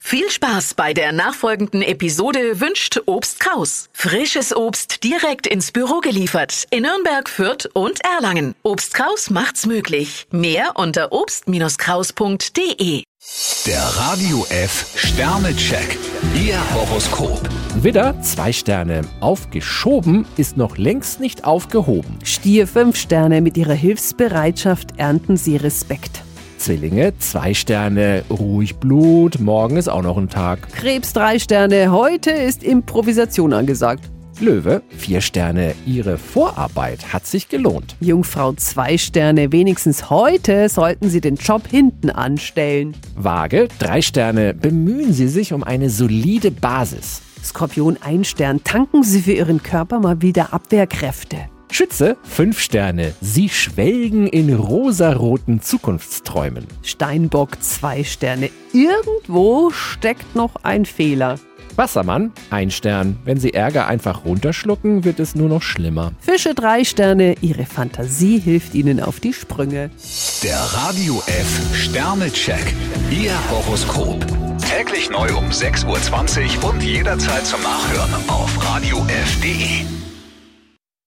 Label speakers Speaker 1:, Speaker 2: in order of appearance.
Speaker 1: Viel Spaß bei der nachfolgenden Episode wünscht Obst Kraus. Frisches Obst direkt ins Büro geliefert in Nürnberg, Fürth und Erlangen. Obst Kraus macht's möglich. Mehr unter obst-kraus.de.
Speaker 2: Der Radio F Sternecheck. Ihr Horoskop.
Speaker 3: Widder, zwei Sterne. Aufgeschoben ist noch längst nicht aufgehoben.
Speaker 4: Stier 5 Sterne, mit ihrer Hilfsbereitschaft ernten sie Respekt.
Speaker 3: Zwillinge, zwei Sterne. Ruhig Blut, morgen ist auch noch ein Tag.
Speaker 4: Krebs 3 Sterne, heute ist Improvisation angesagt.
Speaker 3: Löwe, vier Sterne. Ihre Vorarbeit hat sich gelohnt.
Speaker 4: Jungfrau 2 Sterne, wenigstens heute sollten sie den Job hinten anstellen.
Speaker 3: Waage, drei Sterne. Bemühen Sie sich um eine solide Basis.
Speaker 4: Skorpion 1 Stern, tanken sie für ihren Körper mal wieder Abwehrkräfte.
Speaker 3: Schütze, fünf Sterne. Sie schwelgen in rosaroten Zukunftsträumen.
Speaker 4: Steinbock 2 Sterne, irgendwo steckt noch ein Fehler.
Speaker 3: Wassermann, ein Stern. Wenn Sie Ärger einfach runterschlucken, wird es nur noch schlimmer.
Speaker 4: Fische 3 Sterne, ihre Fantasie hilft ihnen auf die Sprünge.
Speaker 2: Der Radio F Sternecheck. Ihr Horoskop. Täglich neu um 6.20 Uhr und jederzeit zum Nachhören auf Radio radiof.de.